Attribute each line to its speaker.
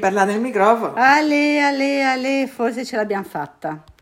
Speaker 1: Parla nel microfono.
Speaker 2: Ale, ale, ale, forse ce l'abbiamo fatta.